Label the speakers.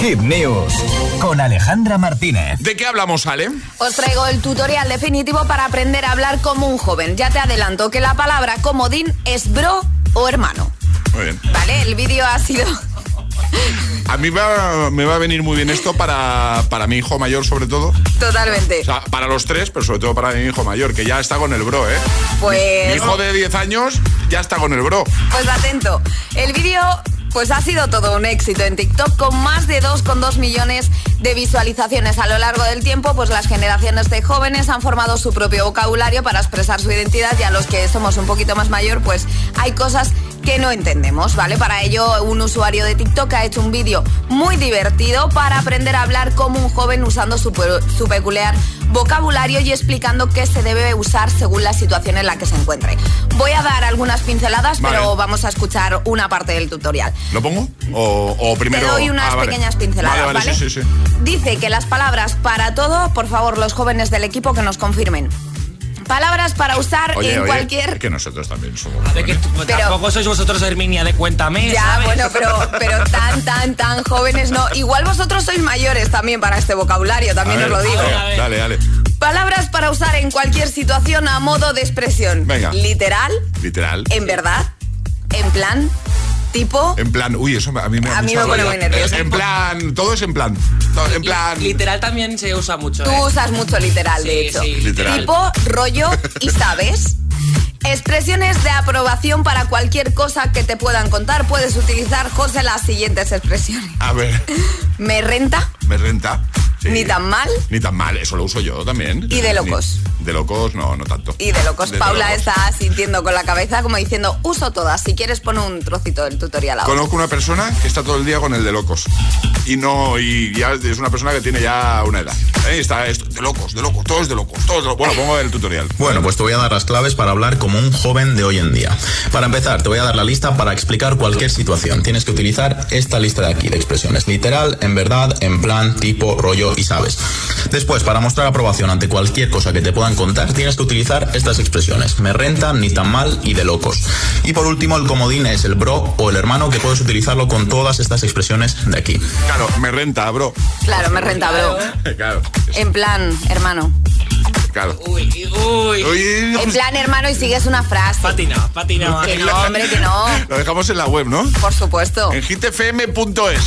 Speaker 1: Hit News con Alejandra Martínez.
Speaker 2: ¿De qué hablamos, Ale?
Speaker 3: Os traigo el tutorial definitivo para aprender a hablar como un joven. Ya te adelanto que la palabra comodín es bro o hermano.
Speaker 2: Muy bien.
Speaker 3: Vale, el vídeo ha sido
Speaker 2: A mí va- me va a venir muy bien esto para, para mi hijo mayor, sobre todo.
Speaker 3: totalmente.
Speaker 2: O sea, para los tres, pero sobre todo para mi hijo mayor, que ya está con el bro, ¿eh? Mi
Speaker 3: Pues,
Speaker 2: hijo de 10 años ya está con el bro.
Speaker 3: pues atento. El vídeo pues ha sido todo un éxito en TikTok con más de 2,2 millones de visualizaciones a lo largo del tiempo, pues las generaciones de jóvenes han formado su propio vocabulario para expresar su identidad y a los que somos un poquito más mayor, pues hay cosas que no entendemos, ¿vale? Para ello, un usuario de TikTok ha hecho un vídeo muy divertido para aprender a hablar como un joven usando su, pe- su peculiar vocabulario y explicando qué se debe usar según la situación en la que se encuentre. Voy a dar algunas pinceladas,
Speaker 2: Vale.
Speaker 3: pero vamos a escuchar una parte del tutorial.
Speaker 2: ¿Lo pongo? ¿O, o primero...?
Speaker 3: Te doy unas
Speaker 2: Ah, vale.
Speaker 3: pequeñas pinceladas,
Speaker 2: Vale,
Speaker 3: ¿vale?
Speaker 2: vale, sí, sí, sí.
Speaker 3: Dice que las palabras para todo, por favor, los jóvenes del equipo que nos confirmen. Palabras para usar
Speaker 2: Oye,
Speaker 3: en
Speaker 2: oye,
Speaker 3: cualquier...
Speaker 2: es que nosotros también somos...
Speaker 4: De que
Speaker 2: jóvenes.
Speaker 4: tú-
Speaker 3: Pero-
Speaker 4: tampoco sois vosotros Herminia de Cuéntame.
Speaker 3: Ya,
Speaker 4: ¿sabes?
Speaker 3: bueno, pero, pero tan, tan, tan jóvenes no. Igual vosotros sois mayores también para este vocabulario,
Speaker 2: A
Speaker 3: también
Speaker 2: ver,
Speaker 3: os lo digo.
Speaker 2: venga,
Speaker 4: A ver.
Speaker 2: Dale, dale.
Speaker 3: Palabras para usar en cualquier situación a modo de expresión.
Speaker 2: Venga.
Speaker 3: Literal,
Speaker 2: Literal.
Speaker 3: en verdad, en plan, tipo...
Speaker 2: En plan, uy, eso a mí me
Speaker 3: A mí me
Speaker 2: mucha
Speaker 3: pone
Speaker 2: rabia.
Speaker 3: muy nerviosa.
Speaker 2: En plan, todo es en plan. Todo- en plan.
Speaker 4: Literal también se usa mucho.
Speaker 3: Tú
Speaker 4: ¿eh?
Speaker 3: usas mucho literal, de
Speaker 4: Sí,
Speaker 3: hecho.
Speaker 4: sí,
Speaker 2: literal.
Speaker 3: Tipo, rollo y sabes. Expresiones de aprobación para cualquier cosa que te puedan contar. Puedes utilizar, José, las siguientes expresiones.
Speaker 2: A ver,
Speaker 3: Me renta,
Speaker 2: me renta. Sí.
Speaker 3: ni tan mal,
Speaker 2: Ni tan mal, eso lo uso yo también.
Speaker 3: Y de locos.
Speaker 2: Ni- de locos, no, no tanto.
Speaker 3: Y de locos,
Speaker 2: De
Speaker 3: Paula
Speaker 2: locos.
Speaker 3: está sintiendo con la cabeza como diciendo, uso todas, si quieres pon un trocito del tutorial ahora.
Speaker 2: Conozco una persona que está todo el día con el de locos. Y no, y ya es una persona que tiene ya una edad. Ahí está, esto, de locos, de locos, todos de locos, todos de locos. Bueno, pongo el tutorial.
Speaker 5: Bueno, pues te voy a dar las claves para hablar como un joven de hoy en día. Para empezar, te voy a dar la lista para explicar cualquier situación. Tienes que utilizar esta lista de aquí de expresiones. Literal, en verdad, en plan, tipo, rollo y sabes. Después, para mostrar aprobación ante cualquier cosa que te puedan contar, tienes que utilizar estas expresiones. Me renta, ni tan mal y de locos. Y por último, el comodín es el bro o el hermano que puedes utilizarlo con todas estas expresiones de aquí.
Speaker 2: Claro, me renta, bro.
Speaker 3: Claro, me renta, bro.
Speaker 2: Claro,
Speaker 3: En plan, hermano.
Speaker 2: claro. pues,
Speaker 4: Uy, uy.
Speaker 2: Uy,
Speaker 3: En plan, hermano, y sigues una frase.
Speaker 4: Patina, patina.
Speaker 2: Ah,
Speaker 3: Que no, hombre, que no.
Speaker 2: Lo dejamos en la web, ¿no?
Speaker 3: Por supuesto.
Speaker 2: En hitfm.es.